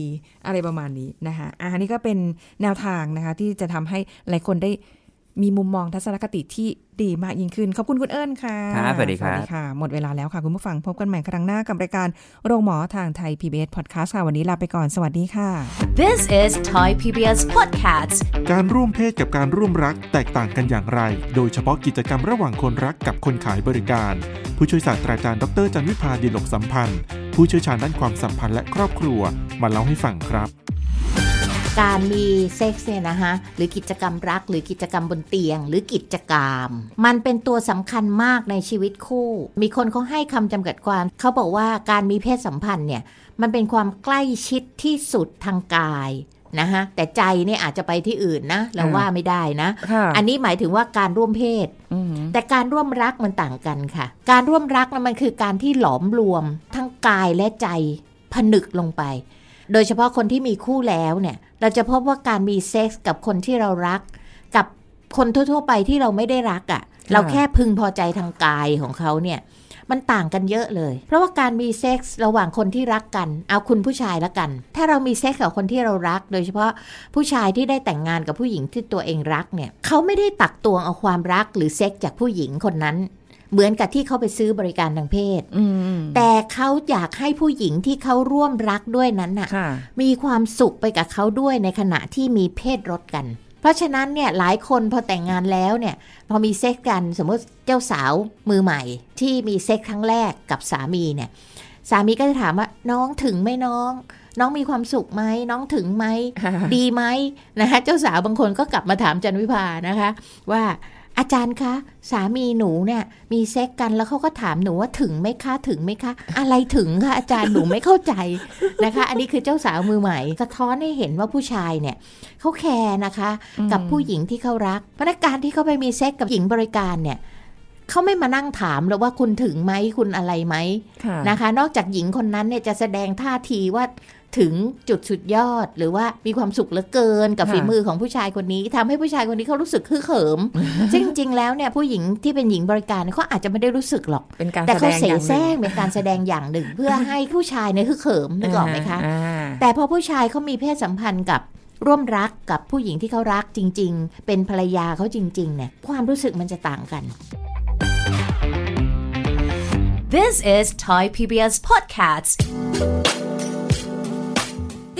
[SPEAKER 3] อะไรประมาณนี้นะคะอะอันนี้ก็เป็นแนวทางนะคะ ที่จะทำให้หลายคนได้มีมุมมองทัศนคติที่ดีมากยิ่งขึ้น ขอบคุณคุณเอิญค่ะ
[SPEAKER 2] ครับสวัสดีครับ
[SPEAKER 3] ค่ะ หมดเวลาแล้วค่ะ คุณผู้ฟังพบกันใหม่ครั้งหน้ากับรายการโรงหมอทางไทย PBS Podcast ค่ะ วันนี้ลาไปก่อนสวัสดีค่ะ
[SPEAKER 1] This is Thai PBS Podcast.
[SPEAKER 4] การร่วมเพศกับการร่วมรักแตกต่างกันอย่างไร โดยเฉพาะกิจกรรมระหว่างคนรักกับคนขายบริการ ผู้ช่วยศาสตราจารย์ดรจันวิพาดิลกสัมพันธ์ ผู้เชี่ยวชาญด้านความสัมพันธ์และครอบครัว มาเล่าให้ฟังครับ
[SPEAKER 5] การมีเซ็กซ์เนี่ยนะคะหรือกิจกรรมรัก หรือกิจกรรมบนเตียง หรือกิจกรรม มันเป็นตัวสำคัญมากในชีวิตคู่ มีคนเขาให้คำจำกัดความ เขาบอกว่าการมีเพศสัมพันธ์เนี่ยมันเป็นความใกล้ชิดที่สุดทางกายนะคะแต่ใจเนี่ยอาจจะไปที่อื่นนะเรา
[SPEAKER 3] อ่า
[SPEAKER 5] ว่าไม่ได้นะ
[SPEAKER 3] ค่ะ
[SPEAKER 5] อันนี้หมายถึงว่าการร่วมเพศ
[SPEAKER 3] อืม
[SPEAKER 5] แต่การร่วมรักมันต่างกันค่ะ การร่วมรักนะมันคือการที่หลอมรวม ทั้งกายและใจผนึกลงไป โดยเฉพาะคนที่มีคู่แล้วเนี่ย เราจะพบว่าการมีเซ็กส์กับคนที่เรารัก กับคนทั่ว ๆ ไปที่เราไม่ได้รักอะ่ะ เราแค่พึงพอใจทางกายของเขาเนี่ย มันต่างกันเยอะเลย เพราะว่าการมีเซ็กส์ระหว่างคนที่รักกัน เอาคุณผู้ชายละกัน ถ้าเรามีเซ็กส์กับคนที่เรารัก โดยเฉพาะผู้ชายที่ได้แต่งงานกับผู้หญิงที่ตัวเองรักเนี่ย เขาไม่ได้ตักตวงเอาความรักหรือเซ็กส์จากผู้หญิงคนนั้น เหมือนกับที่เขาไปซื้อบริการทางเพศ
[SPEAKER 3] อืม
[SPEAKER 5] แต่เขาอยากให้ผู้หญิงที่เขาร่วมรักด้วยนั้นน่ะ
[SPEAKER 3] ค่ะ
[SPEAKER 5] มีความสุขไปกับเขาด้วยในขณะที่มีเพศรสกัน เพราะฉะนั้นเนี่ยหลายคนพอแต่งงานแล้วเนี่ยพอมีเซ็กซ์กันสมมติเจ้าสาวมือใหม่ ที่มีเซ็กซ์ครั้งแรกกับสามีเนี่ยสามีก็จะถามว่าน้องถึงไหมน้อง น้องมีความสุขไหมน้องถึงไหม ดีไหมนะคะเจ้าสาวบางคนก็กลับมาถามจันวิพานะคะ ว่าอาจารย์คะสามีหนูเนี่ยมีเซ็กกันแล้วเขาก็ถามหนูว่าถึงไหมคะถึงไหมคะ อะไรถึงคะอาจารย์หนูไม่เข้าใจนะคะ อันนี้คือเจ้าสาวมือใหม่สะท้อนให้เห็นว่าผู้ชายเนี่ยเขาแคร์นะคะ กับผู้หญิงที่เขารักเพราะฉะนักการที่เขาไปมีเซ็กกับหญิงบริการเนี่ยเขาไม่มานั่งถามหรอกว่าคุณถึงไหมคุณอะไรไหม
[SPEAKER 3] ค่ะ
[SPEAKER 5] นะคะนอกจากหญิงคนนั้นเนี่ยจะแสดงท่าทีว่าถึงจุดสุดยอด หรือว่ามีความสุขเหลือเกินกับฝีมือของผู้ชายคนนี้ทำให้ผู้ชายคนนี้เขารู้สึกฮึกเหิม ซึ่งจริงๆแล้วเนี่ยผู้หญิงที่เป็นหญิงบริการเขาอาจจะไม่ได้รู้สึกหรอก
[SPEAKER 3] เป็นการ
[SPEAKER 5] แต่เขาเส
[SPEAKER 3] ด
[SPEAKER 5] แสร้งเป็นการแสดงอย่างหนึ่ง เพื่อให้ผู้ชายเนี่ยฮึกเหิมนึกออกไหมคะ
[SPEAKER 3] อ่า
[SPEAKER 5] แต่พอผู้ชายเขามีเพศสัมพันธ์กับร่วมรักกับผู้หญิงที่เขารักจริง ๆ เป็นภรรยาเขาจริงๆเนี่ยความรู้สึกมันจะต่างกัน
[SPEAKER 1] This is Thai PBS Podcast
[SPEAKER 6] ต